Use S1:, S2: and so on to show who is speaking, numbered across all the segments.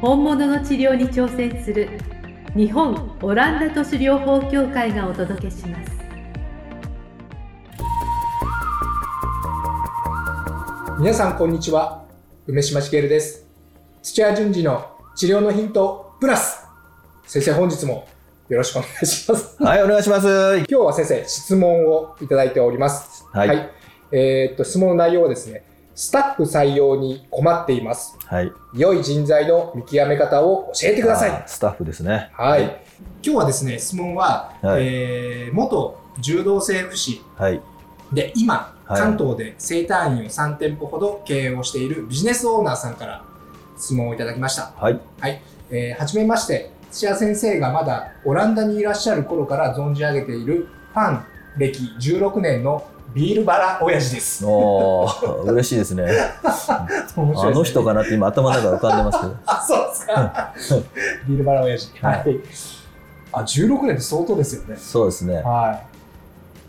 S1: 本物の治療に挑戦する日本オランダ都市療法協会がお届けします
S2: 皆さんこんにちは梅島茂です土屋順次の治療のヒントプラス先生本日もよろしくお願いします
S3: はい、お願いします。は
S2: 今日は先生質問をいただいております
S3: はい
S2: えーっと質問の内容はですねスタッフ採用に困っています
S3: い。
S2: 良い人材の見極め方を教えてください
S3: あースタッフですね。
S2: はい、今日はですね質問は、
S3: はい
S2: えー元柔道整復師
S3: はい。
S2: で今、
S3: はい
S2: 関東で生誕院を3店舗ほど経営をしているビジネスオーナーさんから質問をいただきました
S3: はい。
S2: えーはじめまして土屋先生がまだオランダにいらっしゃる頃から存じ上げているパン歴16年のビールバラ親父です
S3: おー、 嬉しいですね。
S2: 面
S3: あの人
S2: が
S3: かなって今頭の中浮かんでますけど。
S2: あそうですかビールバラ親父は、
S3: はい
S2: あ16年って相当ですよね
S3: そうですね。
S2: はい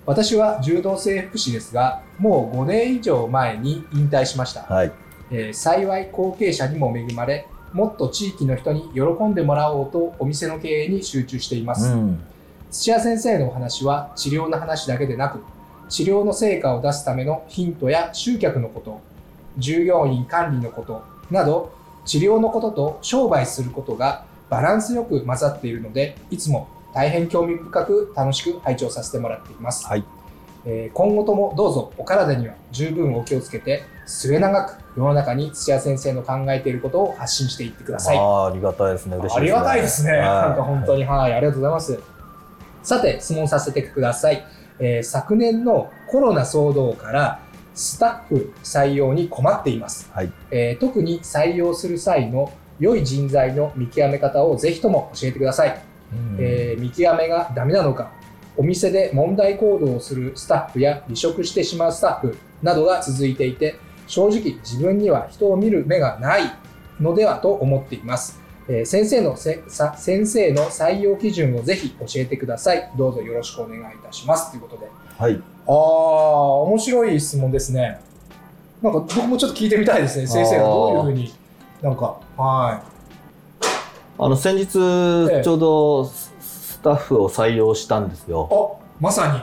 S2: 私は柔道整復師ですがもう5年以上前に引退しました、
S3: はい。
S2: えー幸い後継者にも恵まれもっと地域の人に喜んでもらおうとお店の経営に集中しています、
S3: うん。
S2: 土屋先生のお話は治療の話だけでなく治療の成果を出すためのヒントや集客のこと従業員管理のことなど治療のことと商売することがバランスよく混ざっているのでいつも大変興味深く楽しく拝聴させてもらっています、
S3: はい
S2: えー今後ともどうぞお体には十分お気をつけて末永く世の中に土屋先生の考えていることを発信していってください
S3: あーありがたいですね。嬉しい
S2: あ
S3: ですね。
S2: りがたいですね。
S3: はい
S2: なんか本当に、はい、ありがとうございます。さて、質問させてください。えー昨年のコロナ騒動から、スタッフ採用に困っています、
S3: はい
S2: えー特に採用する際の良い人材の見極め方をぜひとも教えてください。
S3: うん
S2: えー見極めがダメなのかお店で問題行動をするスタッフや離職してしまうスタッフなどが続いていて正直自分には人を見る目がないのではと思っています、えー先生のせさ先生の採用基準をぜひ教えてくださいどうぞよろしくお願いいたしますということで
S3: はい。
S2: ああ面白い質問ですねなんか僕もちょっと聞いてみたいですね
S3: 先生がどういう
S2: ふうになんかは
S3: あの、先日、ち
S2: ええ
S3: ょうどススタッフを採用したんですよ。
S2: あまさに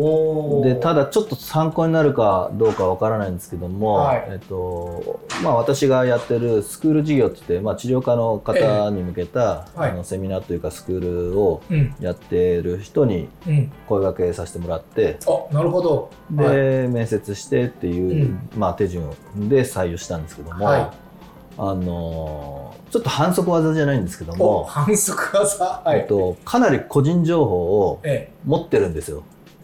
S2: お
S3: でただちょっと参考になるかどうかわからないんですけども、
S2: はい
S3: えっとまあ、私がやってるスクール事業って言って、まあ、治療科の方に向けた、
S2: えはい
S3: あのセミナーというかスクールを
S2: うん
S3: やってる人に
S2: うん
S3: 声掛けさせてもらって
S2: あなるほど。
S3: で、
S2: はい
S3: 面接してっていう、
S2: うん
S3: まあ、手順で採用したんですけども、
S2: はい
S3: あのーちょっと反則技じゃないんですけど
S2: お
S3: も、
S2: 反則技。は
S3: えっ
S2: い。
S3: と、かなり個人情報を
S2: え
S3: 持ってるんですよ。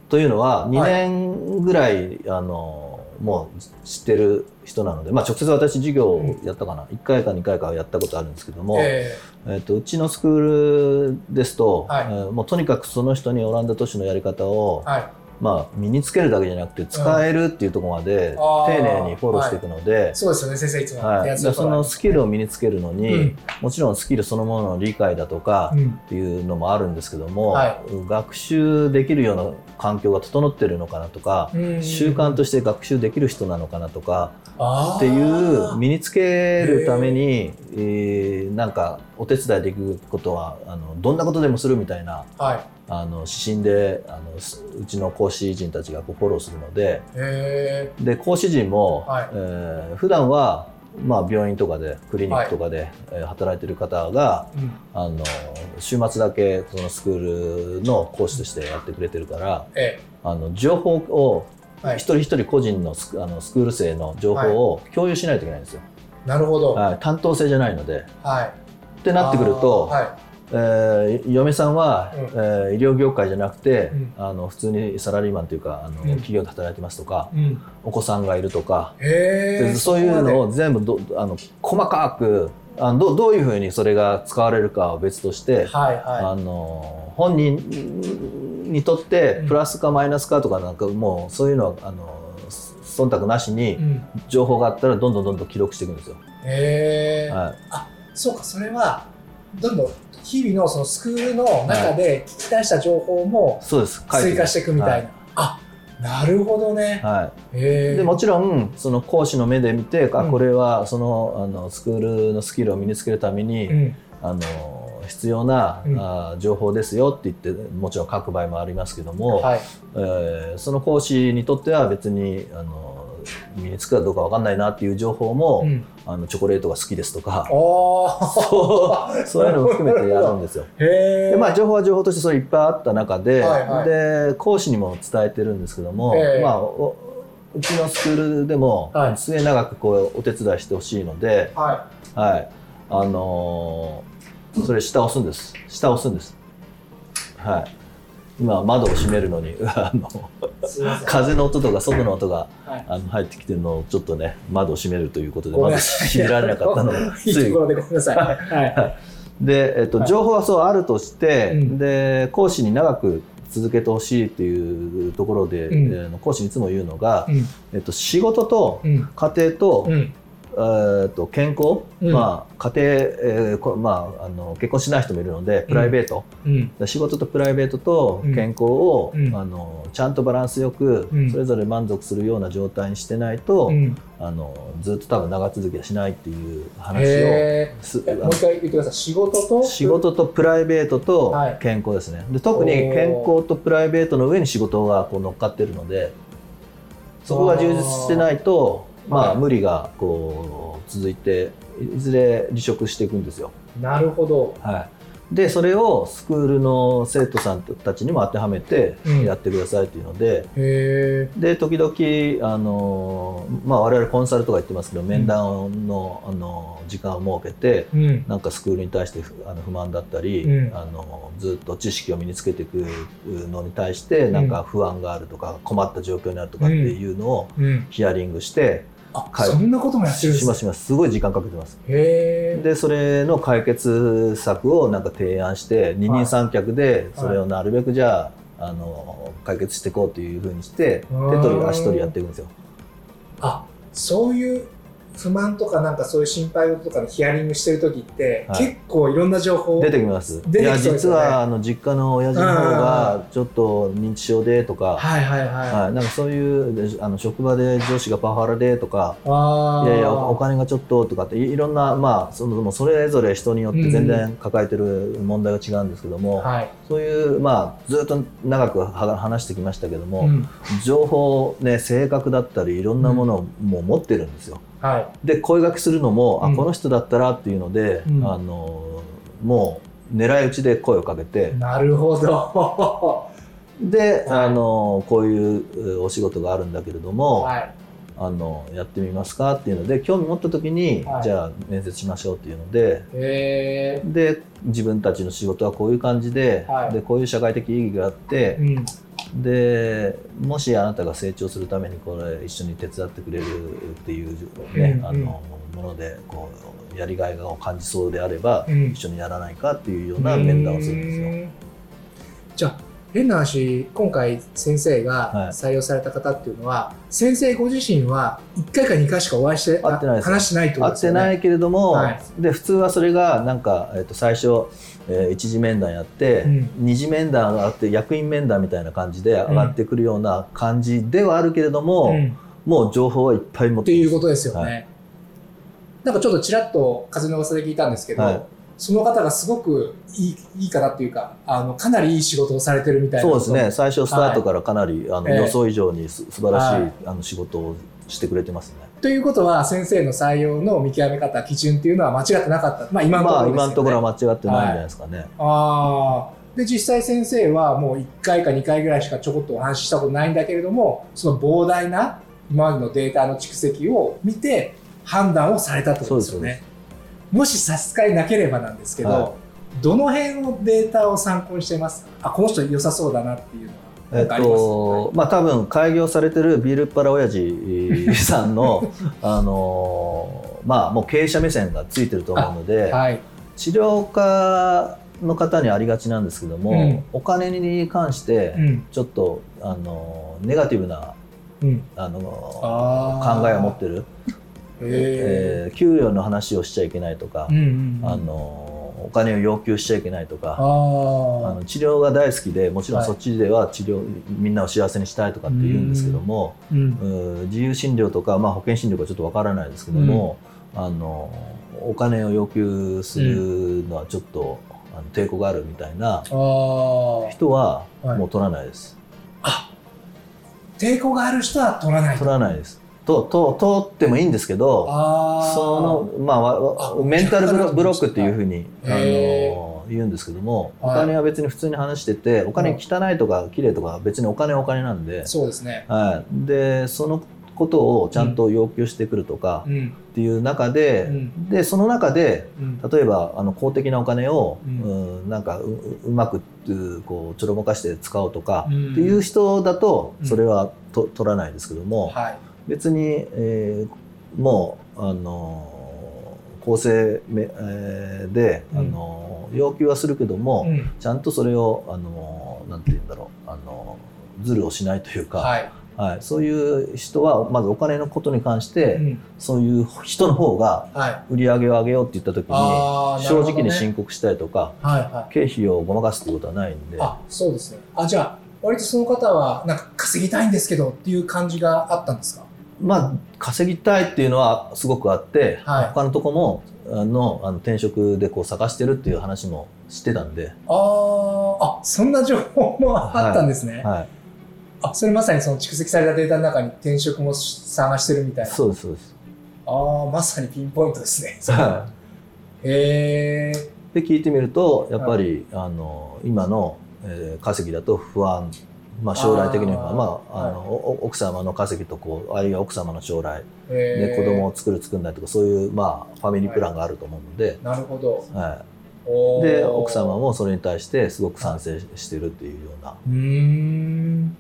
S3: というのは2
S2: い
S3: 年ぐらい、あのもう知ってる人なので、まあ、直接私授業をやったかな、1回か2回かはやったことあるんですけど
S2: え
S3: も、え
S2: え
S3: っとうちのスクールですと、
S2: はい
S3: えーもうとにかくその人にオランダ都市のやり方を
S2: え、はい。
S3: まあ、身につけるだけじゃなくて使えるっていうところまで
S2: あー
S3: 丁寧にフォローしていくので、
S2: そうですよね、先生いつも。
S3: はい
S2: 手厚い
S3: でそのスキルを身につけるの
S2: う
S3: に、
S2: ん。
S3: もちろんスキルそのものの理解だとか
S2: う、ん。
S3: っていうのもあるんですけども、
S2: は
S3: 学習できるような環境が整ってるのかなとか、
S2: うん
S3: 習慣として学習できる人なのかなとか
S2: あー
S3: っていう身につけるために、えーなんかお手伝いできることはあのどんなことでもするみたいな
S2: はい。
S3: あの指針であのすうちの講師陣たちがこうフォローするので
S2: え
S3: で講師陣も、
S2: はい
S3: えー普段はまあ、病院とかでクリニックとかで、えー働いてる方が
S2: え。うん。
S3: あの週末だけそのスクールの講師としてやってくれてるから
S2: え
S3: あの情報を
S2: え。は
S3: 一
S2: い。
S3: 人一人個人のスクあのスクール生の情報を共有しないといけないんですよ、
S2: なるほど。
S3: はい担当制じゃないので
S2: はい。
S3: ってなってくると
S2: あーは
S3: えー嫁さんは、
S2: うん
S3: えー医療業界じゃなくて、
S2: うん
S3: あの普通にサラリーマンというかあの、
S2: うん
S3: 企業で働いてますとか
S2: うん、
S3: お子さんがいるとか、
S2: へえ
S3: そういうのを全部どあの細かくあのどうどういうふうにそれが使われるかは別として、
S2: はいは
S3: あの本人にとって
S2: うん
S3: プラスかマイナスかとかなんかもうそういうのはあの忖度なし
S2: い、
S3: に
S2: うん、
S3: 情報があったらどんどんどんどん記録していくんですよ。
S2: へえ、
S3: はい
S2: そうかそれはどんどん日々のそのスクールの中で聞き出した情報も
S3: そうです書い
S2: 追
S3: てま
S2: 加
S3: す
S2: していくみたいな、あなるほどね、
S3: はい
S2: へえ
S3: でもちろんその講師の目で見て、あ
S2: うん
S3: これはそのあのスクールのスキルを身につけるために、
S2: うん
S3: あの必要な、
S2: うん
S3: あー情報ですよって言ってもちろん書く場合もありますけども、
S2: はい
S3: えーその講師にとっては別にあの身につくかどうかわかんないなっていう情報も、
S2: うん、
S3: あのチョコレートが好きです とか
S2: お
S3: そ
S2: ー
S3: うそういうのも含めてやるんですよ。
S2: へえ
S3: でまあ、情報は情報としてそれいっぱいあった中で,、
S2: はいはい
S3: で講師にも伝えてるんですけども、
S2: ええ
S3: まあ、おうちのスクールでも
S2: はい
S3: 末永くこうお手伝いしてほしいので、
S2: は
S3: はいあのーそれ下押すんです下押すんです、はい、今窓を閉めるのに あの
S2: いすいません
S3: 風の音とか外の音が、
S2: はい
S3: あの入ってきてるのをちょっとね窓を閉めるということで
S2: ごめん
S3: 窓
S2: なさい
S3: 閉められなかったので
S2: いい
S3: つ
S2: と
S3: い
S2: ころでごめんなさい。はい。
S3: で、えっと
S2: はい
S3: 情報はそうあるとして、
S2: うん
S3: で講師に長く続けてほしいっていうところで、
S2: うん
S3: えー講師にいつも言うのが、
S2: うん。
S3: えっと仕事と
S2: うん。
S3: 家庭と,、
S2: うん。
S3: えーっと健康、
S2: うん
S3: まあ、家庭、えーこまあ、あの結婚しない人もいるのでプライベート、
S2: うん。
S3: 仕事とプライベートと健康を、
S2: うん
S3: あのちゃんとバランスよく、
S2: うん
S3: それぞれ満足するような状態にしてないと、
S2: うん。
S3: あのずっと多分長続きはしないっていう話を
S2: へ
S3: す
S2: え。もう一回言ってください。仕事と
S3: 仕事とプライベートと
S2: はい
S3: 健康ですね、で特に健康とプライベートの上に仕事がこう乗っかってるのでそこが充実してないとま
S2: は
S3: あ
S2: い
S3: 無理がこう続いていずれ離職していくんですよ、
S2: なるほど。
S3: はい、でそれをスクールの生徒さんたちにも当てはめて
S2: うん
S3: やってくださいっていうので、
S2: へえ。
S3: で時々あの、まあ、我々コンサルとか言ってますけど面談のあの時間を設けて、
S2: うん。
S3: なんかスクールに対してふあの不満だったり、
S2: うん
S3: あのずっと知識を身につけていくのに対してなんか不安があるとか困った状況になるとかっていうのを
S2: うん。
S3: ヒアリングして、
S2: あ、
S3: はい
S2: そんなこともやってるんで
S3: しますすしますすごい時間かけてます。
S2: へえ。
S3: でそれの解決策をなんか提案して二人三脚でそれをなるべくじゃあ,、あの解決していこうというふうにして
S2: うん
S3: 手取り足取りやっていくんですよ。
S2: あ、そういう不満とかなんかそういう心配事とかのヒアリングしてる時って
S3: はい
S2: 結構いろんな情報
S3: 出てきます。
S2: 出
S3: い
S2: て
S3: や
S2: きそうです
S3: 実
S2: よね
S3: はあの実家の親父の方がちょっと認知症でとか。
S2: はいはいはい。
S3: はい、なんかそういうであの職場で上司がパワハラでとか
S2: ああ。
S3: いやいやおお金がちょっととかっていいろんな、まあ、そのそれぞれ人によって全然抱えてる問題が違うんですけども、
S2: はい。
S3: そういう、まあ、ずっと長くは話してきましたけども、
S2: うん。
S3: 情報、ね、性格だったりいろんなものをもう持ってるんですよ。
S2: は
S3: で声掛けするのも、
S2: うん
S3: あこの人だったらっていうので、
S2: うん
S3: あのもう狙い撃ちで声をかけて
S2: い。なるほど。
S3: で、
S2: はい
S3: あのこういううお仕事があるんだけれども。
S2: はい。
S3: あのやってみますかっていうので興味持った時に、
S2: はい
S3: じゃあ面接しましょうっていうので
S2: へ
S3: で自分たちの仕事はこういう感じで,、
S2: はい
S3: でこういう社会的意義があっ
S2: え。
S3: て
S2: う、ん。
S3: でもしあなたが成長するためにこれ一緒に手伝ってくれるっていう、ね
S2: うん
S3: あのものでこうやりがいを感じそうであれば、
S2: うん
S3: 一緒にやらないかっていうような面談をするんですよ。
S2: よ。じゃあ変な話今回先生
S3: はい
S2: が採用された方っていうのは、先生ご自身は1回か2回しかお会いして
S3: 会ってないです
S2: 話してないってこと
S3: 合
S2: で
S3: っ
S2: す
S3: て
S2: よね。
S3: ないけれども、
S2: はい
S3: で普通はそれがなんか、えっと最初、えー一次面談やって、
S2: うん
S3: 二次面談があって役員面談みたいな感じで上がってくるような感じではあるけれども、
S2: うん
S3: もう情報はいっぱい持っ
S2: って
S3: て
S2: い
S3: ま
S2: う
S3: す
S2: ことですよね。な
S3: は
S2: んかちょっとちらっと風の噂で聞いたんですけど、
S3: はい
S2: その方がすごくいいいい方っていうかあのかなりいい仕事をされてるみたいな
S3: そう
S2: こ
S3: で
S2: と
S3: すね最初スタートからかなり、あの
S2: ええ
S3: 予想以上にす素晴らしい、
S2: はい
S3: あの仕事をしてくれてますね。
S2: ということは先生の採用の見極め方基準っていうのは間違ってなかった、まあ、今のとこ
S3: まあ
S2: ろですよね。
S3: 今のところは間違ってないんじゃないですかね。
S2: ああ。で、実際先生はもう1回か2回ぐらいしかちょこっとお話ししたことないんだけれども、その膨大な今までのデータの蓄積を見て判断をされたってことですよ
S3: そうで
S2: ね。もし差し支えなければなんですけど、
S3: は
S2: どの辺のデータを参考にしてますかあこの人良さそうだなっていうのは
S3: え
S2: なん
S3: っ
S2: かあります、はい
S3: とまあ多分開業されてるビールっ腹親父さん のあのまあもう経営者目線がついてると思うので、
S2: はい、
S3: 治療家の方にありがちなんですけども、
S2: うん
S3: お金に関して
S2: うん
S3: ちょっとあのネガティブな
S2: うん、
S3: あの
S2: あー
S3: 考えを持ってる、
S2: へ
S3: えー給与の話をしちゃいけないとか
S2: ー、うんうんうん
S3: あのお金を要求しちゃいけないとか。あ
S2: あ
S3: の治療が大好きでもちろん
S2: はい
S3: そっちでは治療、みんなを幸せにしたいとかって言うんですけども、
S2: ーうん
S3: うん自由診療とか、まあ、保険診療がちょっとわからないですけども、あのお金を要求するのはちょっと、あの抵抗があるみたいな
S2: あー
S3: 人は
S2: はい
S3: もう取らないです、
S2: 抵抗がある人は取らない
S3: 取らないですとと取ってもいいんですけど
S2: ああ
S3: そのまあわわ
S2: あ
S3: メンタルブ
S2: 逆だと思いま
S3: ロ
S2: した
S3: ブロックっていうふうに、
S2: へ
S3: あの言うんですけどもお
S2: はい
S3: 金は別に普通に話しててお金汚いとか綺麗とか別にお金はお金なんで、
S2: そうですね
S3: はい、でそのことをちゃんと要求してくるとか、
S2: うん
S3: っていう中で、
S2: うん
S3: でその中で
S2: うん
S3: 例えばあの公的なお金を、
S2: う
S3: うんん、なんかうううまくうこうちょろまかして使おうとか、
S2: うん
S3: っていう人だと
S2: うん
S3: それはと、取らないですけども、
S2: はい
S3: 別に、えーもうあのー公正め、えーで、
S2: うん
S3: あのー要求はするけども、
S2: うん
S3: ちゃんとそれをあのーなんて言うんだろうあのーズルをしないというか、は
S2: はい
S3: いそういう人はまずお金のことに関して、
S2: うん
S3: そういう人の方が
S2: はい
S3: 売り上げを上げようって言った時に
S2: あーなる
S3: 正
S2: ほどね
S3: 直に申告したりとか
S2: はいはい
S3: 経費をごまかすってことはないんで
S2: あそうですねあじゃあ割とその方はなんか稼ぎたいんですけどっていう感じがあったんですか
S3: まあ稼ぎたいっていうのはすごくあって、
S2: はい
S3: 他のとこもあのあの転職でこう探してるっていう話もしてたんで、
S2: あーあそんな情報もあったんですね、
S3: は
S2: あそれまさにその蓄積されたデータの中に転職も探してるみたい
S3: い、
S2: な
S3: そうですそ うです。
S2: ああまさにピンポイントです ね
S3: は
S2: へえ
S3: い、で聞いてみるとやっぱり、あの今の、えー稼ぎだと不安、まあ、将来的には
S2: あー
S3: まあ、あのお奥様の稼ぎとこうあるいは奥様の将来
S2: へ
S3: で
S2: ー
S3: 子供を作る作んないとかそういう、まあ、ファミリープランがあると思うので、
S2: なるほど
S3: は
S2: お
S3: い、
S2: ー
S3: で奥様もそれに対してすごく賛成してるっていうような、
S2: うーん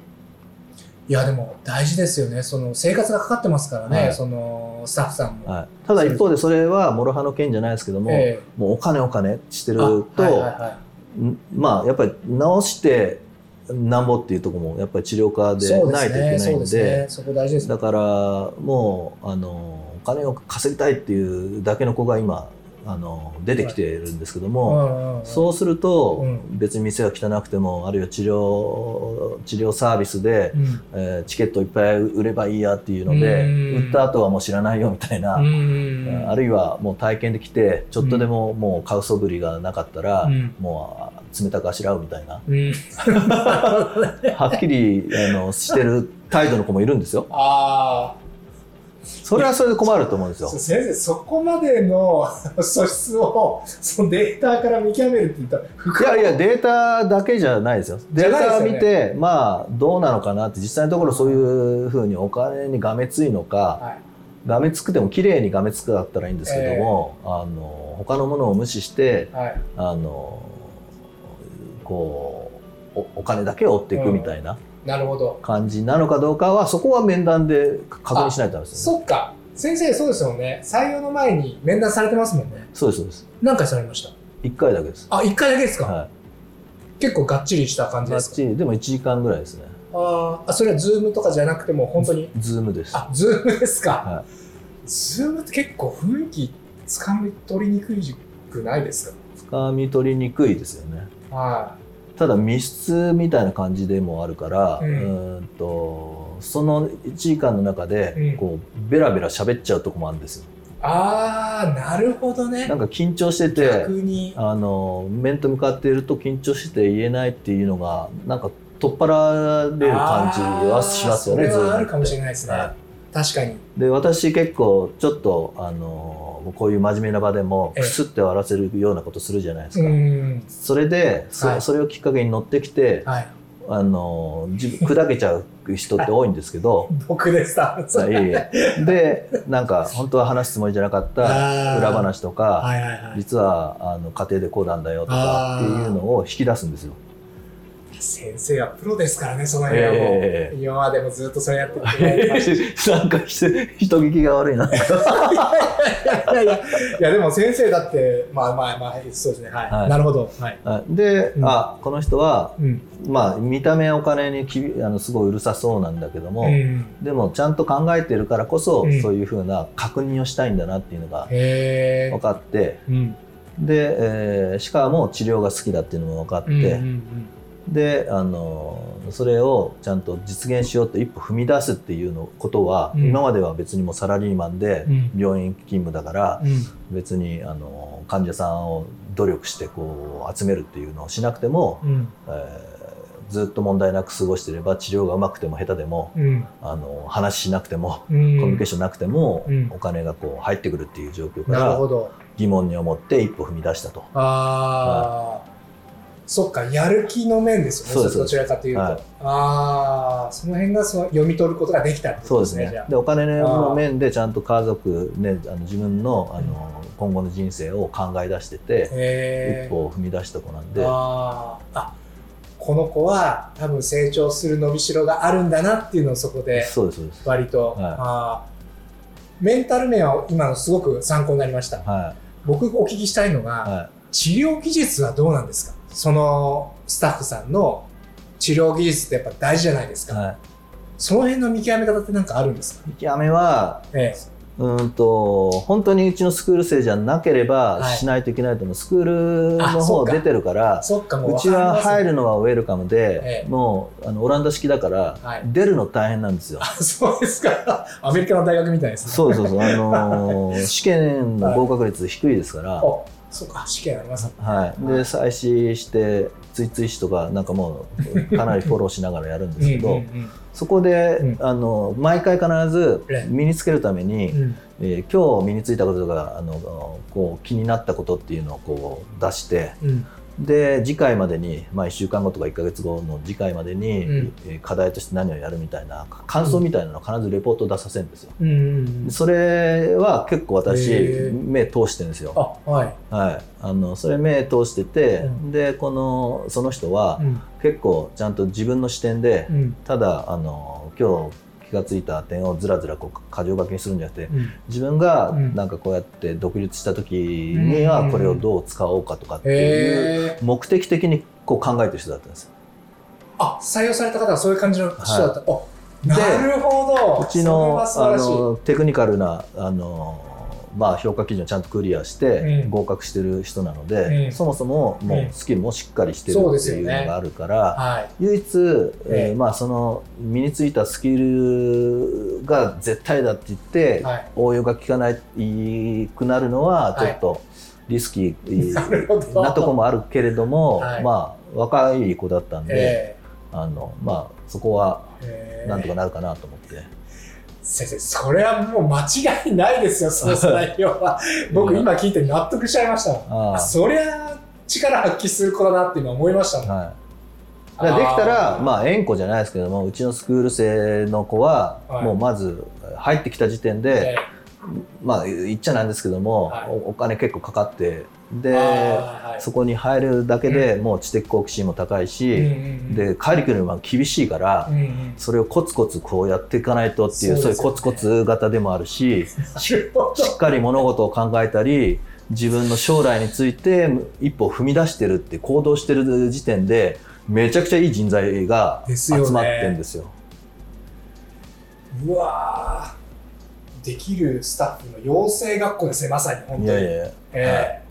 S2: いやでも大事ですよねその生活がかかってますからね、
S3: はい
S2: そのスタッフさんも、
S3: はい、ただ一方でそれは諸刃の剣じゃないですけども、
S2: え
S3: もうお金お金して
S2: え
S3: る
S2: あ
S3: と、
S2: はいはいは
S3: んまあやっぱり直してなんぼっていうところもやっぱり治療家
S2: い
S3: で
S2: そうで
S3: ない
S2: す
S3: といけ
S2: ね
S3: ない
S2: そ
S3: ん
S2: う
S3: で
S2: ですねそこ大事ですね
S3: だからもうあのお金を稼ぎたいっていうだけの子が今あの出てきてるんですけども、
S2: うんうんうん
S3: そうすると、
S2: うん
S3: 別に店が汚くてもあるいは治療治療サービスで、
S2: うん
S3: えーチケットいっぱい売ればいいやっていうので
S2: うん
S3: 売った後はもう知らないよみたいな、
S2: うん
S3: あるいはもう体験で来てちょっとでももう買う素振りがなかったら、
S2: うん
S3: もう冷たくあしらうみたいな
S2: うん
S3: はっきりあのしてる態度の子もいるんですよ
S2: ああ
S3: それはそれで困ると思うんですよ
S2: 先生そこまでの素質をそのデータから見極めるって言ったら不
S3: い
S2: 可
S3: やいやデータだけじゃないですよ
S2: じ
S3: デ
S2: ゃ
S3: ー
S2: ないです
S3: タ
S2: よ
S3: を
S2: ね
S3: 見て、まあどうなのかなって実際のところそういうふうにお金にがめついのか、
S2: はい
S3: がめつくても綺麗にがめつくだったらいいんですけども、あの他のものを無視して
S2: はい
S3: あのこうおお金だけを追っていくみたいな
S2: なるほど
S3: 感じなのかどうかはそこは面談で確認しないとダメですよね。
S2: そっか先生そうですよね採用の前に面談されてますもんね
S3: そうですそうです。
S2: 何回されました
S3: 一回だけです。
S2: あ一回だけですか、
S3: は
S2: 結構がっちりした感
S3: い。
S2: じ
S3: ば
S2: で
S3: っ
S2: すか
S3: ちりでも1時間ぐらいですね。
S2: あーあそれはズームとかじゃなくても本当に
S3: ズームです。
S2: あズームですか、
S3: は
S2: ズームって結構雰囲気つかみ取りにくいくないです
S3: 掴み取りにくいですよね。
S2: かは
S3: ただ密室みたいな感じでもあるから、
S2: う
S3: うんーんとその1時間の中
S2: う
S3: で
S2: ん
S3: こうベラベラ喋っちゃうとこもあるんですよ。
S2: いああなるほどね
S3: なんか緊張してて
S2: 逆に
S3: あの面と向かっていると緊張してて言えないっていうのがなんか取っ払れる感じはしますよね
S2: あーそれはあるかもし
S3: ない
S2: れないですね、
S3: は
S2: 確かに
S3: で私結構ちょっとあのこういう真面目な場でも
S2: ええ
S3: クスって終わらせるようなことするじゃないです
S2: う
S3: か、
S2: ん
S3: それでそ,、
S2: はい
S3: それをきっかけに乗ってきて
S2: はい
S3: あの自分砕けちゃう人って多いんですけど
S2: 僕でした。
S3: いえいえでなんか本当は話すつもりじゃなかった
S2: あー
S3: 裏話とか
S2: はいはいはい。
S3: 実はあの家庭でこうなんだよとかっていうのを引き出すんですよ。
S2: 先生はプロですからね、その辺はもう。
S3: ええ
S2: 今までもずっとそれやってきてもらってまし
S3: なんか人人聞きが悪 いな。
S2: た。いやい や、いやでも先生だって、まあまあまあ、そうですね。はい。
S3: はい
S2: なるほど。はい。
S3: あで、
S2: うん
S3: あこの人は、
S2: うん。
S3: まあ、見た目はお金にきびあのすごいうるさそうなんだけども、
S2: うん
S3: でもちゃんと考えてるからこそ、
S2: うん
S3: そういうふうな確認をしたいんだなっていうのが
S2: へ
S3: 分
S2: え。
S3: かって
S2: うん。
S3: で、えー、シカも治療が好きだっていうのも分かって、
S2: うんうん
S3: であのそれをちゃんと実現しようと一歩踏み出すっていうのことは、
S2: うん
S3: 今までは別にもうサラリーマンで、
S2: うん
S3: 病院勤務だから
S2: うん
S3: 別にあの患者さんを努力してこう集めるっていうのをしなくても、
S2: うん
S3: えーずっと問題なく過ごしてれば治療がうまくても下手でも
S2: うん
S3: あの話しなくても
S2: うん
S3: コミュニケーションなくても、
S2: うん
S3: お金がこう入ってくるっていう状況か
S2: なる
S3: ら
S2: ほど。
S3: 疑問に思って一歩踏み出したと。
S2: ああ、そっか、やる気の面ですよね、
S3: そう
S2: ど
S3: です
S2: ちらかというと。
S3: はい
S2: ああ、その辺がその読み取ることができたって
S3: そ
S2: こと
S3: うで
S2: ですすね、じ
S3: ね
S2: ゃ。あ。
S3: でお金
S2: あ
S3: の
S2: ー
S3: 面でちゃんと家族ねあの自分のあの今後の人生を考え出してて
S2: へ
S3: 一
S2: ー
S3: 歩を踏み出した子なんで。
S2: あーあこの子は多分成長する伸びしろがあるんだなっていうのをそこで
S3: そうですそうです。
S2: 割と、
S3: はい
S2: あーメンタル面は今のすごく参考になりました
S3: は
S2: 僕お聞きしたいのが、
S3: いは
S2: 治療技術はどうなんですかそのスタッフさんの治療技術ってやっぱ大事じゃないです
S3: い
S2: か、
S3: はい。
S2: その辺の見極め方って何かあるんですか、
S3: 見極めは
S2: え
S3: うーんと本当にうちのスクール生じゃなければ
S2: はい
S3: しないといけないと思う、スクール
S2: あ
S3: の
S2: そ
S3: 方
S2: うか
S3: 出てるか
S2: え
S3: ら
S2: そっかもう
S3: うち
S2: 分かりま
S3: は
S2: すね
S3: 入るのはウェルカムで、
S2: ええ
S3: もうあのオランダ式だから、
S2: はい
S3: 出るの大変なんですよ。
S2: あ そうですかアメリカの大学みたいですね
S3: そうそうそう、あの ー試験の合格率低いですから、
S2: あそうか試験ありますね
S3: はい、で再試して追追試とかなんかもうかなりフォローしながらやるんですけど、
S2: うんうん
S3: そこで、
S2: う
S3: あの毎回必ず
S2: ええ
S3: 身につけるために、
S2: うんうん
S3: えー今日身についたこととかあのこう気になったことっていうのをこう出して
S2: うん
S3: で次回までに、まあ、1週間後とか1ヶ月後の次回までに、
S2: うん
S3: えー課題として何をやるみたいな感想みたいなのを必ずレポートを出させるんですよ。
S2: うんうん
S3: それは結構私
S2: へー
S3: 目通してるんですよ。
S2: あはい、
S3: はい、あのそれ目通してて、
S2: うん
S3: でこのその人は
S2: うん
S3: 結構ちゃんと自分の視点で、
S2: うん
S3: ただあの今日気がついた点をずらずらこう箇条書きにするんじゃなくて
S2: うん、
S3: 自分が
S2: うん
S3: なんかこうやって独立した時にはこれをどう使おうかとかってい
S2: へ
S3: う
S2: え
S3: 目的的にこう考えてる人だったんですよ。
S2: あ採用された方はそういう感じの人だった、あなるほど
S3: う
S2: そ
S3: ち
S2: れ
S3: の
S2: は素晴
S3: あ
S2: らしい
S3: のテクニカルなあの、まあ、評価基準をちゃんとクリアして、
S2: うん
S3: 合格してる人なので、
S2: うん
S3: そもそもも
S2: うん
S3: うスキルもしっかりしてる
S2: そうで
S3: って
S2: すよ
S3: い
S2: ね
S3: うのがあるから、
S2: はい
S3: 唯一、
S2: え
S3: えーまあ、その身についたスキルが絶対だって言って、
S2: はい
S3: 応用が効かないくなるのはちょっとリスキー。
S2: なるほど
S3: なとこもあるけれども、
S2: はい
S3: まあ若い子だったんで、
S2: え
S3: あのまあそこは
S2: えええ
S3: なんとかなるかなと思って、
S2: 先生それはもう間違いないですよ その内容は僕今聞いて納得しちゃいましたもん
S3: ああ
S2: そりゃ力発揮する子だなって今思いましたもん
S3: はい、だからできたら
S2: あー
S3: まあ縁故じゃないですけどもうちのスクール生の子は、
S2: はい
S3: もうまず入ってきた時点
S2: え
S3: で、まあ言っちゃなんですけども、
S2: はい
S3: おお金結構かかって
S2: え
S3: で、
S2: ああはい
S3: そこに入るだけで、もう知的好奇心も高いし、
S2: うんうんうん
S3: でカリキュラムは厳しいから、
S2: うんう ん
S3: それをコツコツこうやっていかないとっていう
S2: そ
S3: そうう
S2: で
S3: いう
S2: すよ
S3: コ
S2: ね
S3: ツコツ型でもあるし、
S2: なるほど
S3: しっかり物事を考えたり自分の将来について一歩踏み出してるって行動してる時点でめちゃくちゃいい人材が
S2: です
S3: 集
S2: よね
S3: まってんですよ。
S2: うわーできるスタッフの養成学校ですねまさに本当に
S3: いやいやいや
S2: え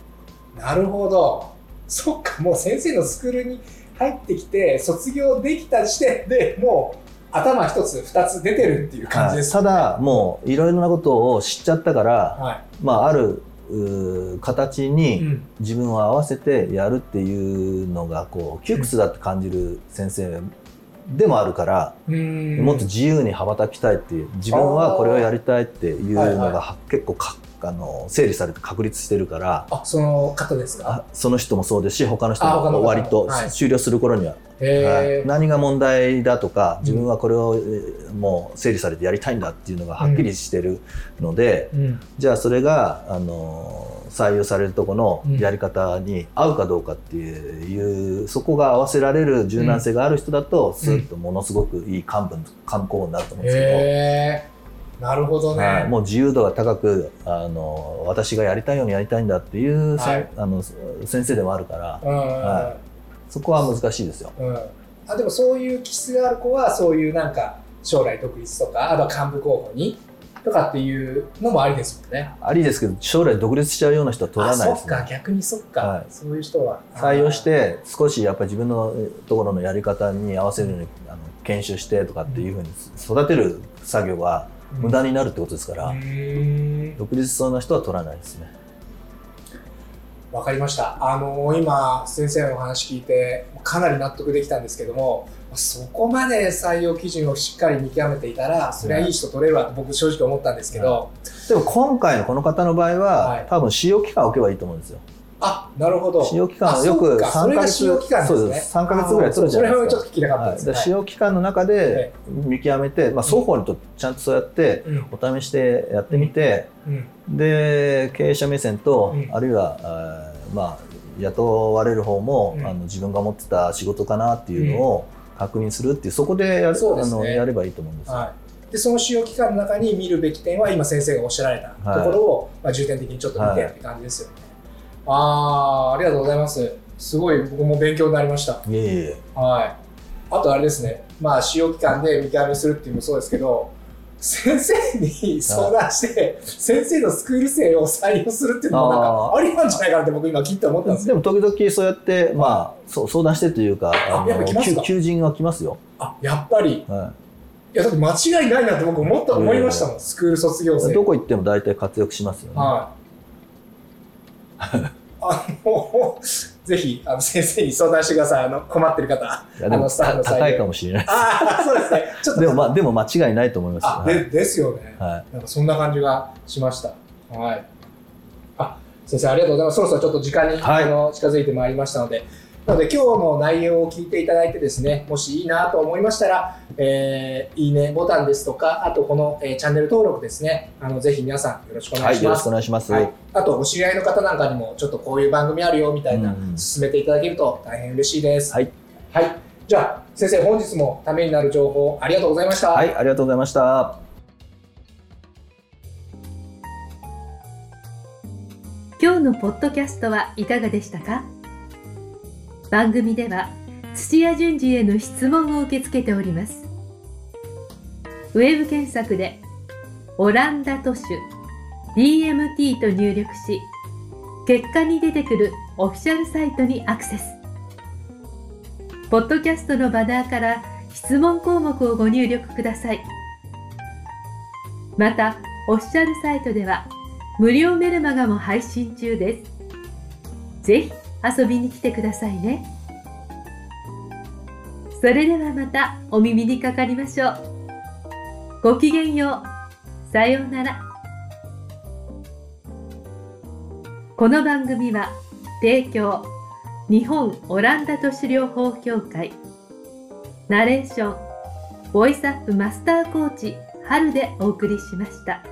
S2: えなるほどそっかもう先生のスクールに入ってきて卒業できた時点でもう頭一つ二つ出てるっていう感じです、
S3: ただもういろいろなことを知っちゃったから、
S2: は
S3: まあ、あるうー形
S2: い、
S3: に
S2: ん、
S3: 自分を合わせてやるっていうのがこう窮屈だって感じる先生でもあるから、
S2: うん
S3: もっと自由に羽ばたきたいっていう自分はこれをやりたいっていうの
S2: あーはい
S3: が結構かあの整理されて確立してるから
S2: あその方ですか
S3: あその人もそうですし他の人
S2: あ他の
S3: も
S2: 方
S3: 割と
S2: はい
S3: 終了する頃にははい
S2: へえ、
S3: 何が問題だとか
S2: ん
S3: 自分はこれをえーもう整理されてやりたいんだっていうのがはっきりしてるので、
S2: うん
S3: じゃあそれがあのー採用されるとこの
S2: うん
S3: やり方に合うかどうかっていう、そこが合わせられる柔軟性がある人だとスーッとものすごくいい漢文漢公文になると思うんですけど。
S2: へえなるほどね、
S3: はい、もう自由度が高くあの私がやりたいようにやりたいんだっていう、せ
S2: はい
S3: あの先生でもあるから
S2: うんうんうん
S3: はそこは難しいですよ。
S2: うんあでもそういう気質がある子はそういうなんか将来独立とかあとは幹部候補にとかっていうのもありですもんね
S3: ありですけど将来独立しちゃうような人は取らない
S2: あ
S3: で
S2: そ
S3: す
S2: っか
S3: ね。
S2: 逆にそっか、
S3: はい
S2: そういう人は
S3: 採用して少しやっぱり自分のところのやり方に合わせるようにあの研修してとかっていうふうに育てる作業は無駄
S2: に
S3: になるってことですから、独立しそうな人は取らないですね。
S2: わかりましたあの今先生のお話聞いてかなり納得できたんですけどもそこまで採用基準をしっかり見極めていたらそれはいい人取れるわと僕正直思ったんですけど、
S3: でも今回のこの方の場合は、
S2: はい
S3: 多分使用期間を置けばいいと思うんですよ。
S2: あなるほど
S3: 使用期間
S2: あ
S3: をよ
S2: そう
S3: く
S2: かそ
S3: 3
S2: れ
S3: ヶ
S2: が
S3: 月
S2: 使用期間ですね
S3: そうです3ヶ月ぐらい取るじゃない
S2: あーそうそれ
S3: で
S2: はち
S3: す
S2: ょっ
S3: か。
S2: と聞きたかった
S3: は
S2: で
S3: い、
S2: す
S3: だから使用期間の中で見極めて、まあ、双方にとってちゃんとそうやって
S2: うん
S3: お試しでやってみて、
S2: うん
S3: で経営者目線と、
S2: うん
S3: あるいは、えーまあ、雇われる方も、
S2: うん
S3: あの自分が持ってた仕事かなっていうのを確認するっていうそこでやる
S2: そうで
S3: あ
S2: すね
S3: のやればいいと思うんですよ、
S2: はい、でその使用期間の中に見るべき点は今先生がおっしゃられたところを、まあ、重点的にちょっと見てって感じですよね、ああーありがとうございますすごい僕も勉強になりました
S3: い、えいえ
S2: はいあとあれですねまあ使用期間で見極めするっていうのもそうですけど先生に相談して、先生のスクール生を採用するっていうのもなん
S3: あ
S2: かありなんじゃないかなって僕今聞いて思ったんですよ
S3: でも時々そうやって、まあ、そう相談してというかあ
S2: やっぱ来ますか
S3: 求求人は来ますよ、
S2: あやっぱり
S3: はい
S2: やだって間違いないなって僕思った思いましたもん、
S3: ええ
S2: スクール卒業生
S3: どこ行っても大体活躍しますよね、
S2: はい。あの、ぜひ、あの、先生に相談してください。あの、困ってる方。あ
S3: いやで
S2: あ
S3: も
S2: のスタッフの
S3: た
S2: 採用
S3: 高いかもしれ ない
S2: あ、そうですね。ちょっと。
S3: でもまあでも間違いないと思いますよ
S2: あ、
S3: は
S2: で、
S3: い
S2: ですよね。
S3: は
S2: なんかそんな感じがしました。はい。あ、先生ありがとうございます。そろそろちょっと時間に、
S3: はい
S2: あの近づいてまいりましたので。なので今日の内容を聞いていただいてですね、もしいいなと思いましたら、えーいいねボタンですとか、あとこの、えーチャンネル登録ですね、あのぜひ皆さんよろしくお
S3: い、
S2: 願
S3: はいい、
S2: し
S3: よ
S2: ま
S3: ろ
S2: す
S3: しく。お願いします、
S2: はい、あとお知り合いの方なんかにもちょっとこういう番組あるよみたいな、
S3: うん
S2: 進めていただけると大変嬉しいです
S3: はい、
S2: はい、じゃあ先生本日もためになる情報ありがとうございました、
S3: はい、ありがとうございました。
S1: 今日のポッドキャストはいかがでしたか番組では土屋順次への質問を受け付けておりますウェブ検索で「オランダ都市 DMT」と入力し結果に出てくるオフィシャルサイトにアクセスポッドキャストのバナーから質問項目をご入力くださいまたオフィシャルサイトでは「無料メルマガも配信中です。ぜひ遊びに来てくださいね。それではまたお耳にかかりましょう。ごきげんよう。さようなら。この番組は提供日本オランダ都市療法協会ナレーションボイスアップマスターコーチ春でお送りしました。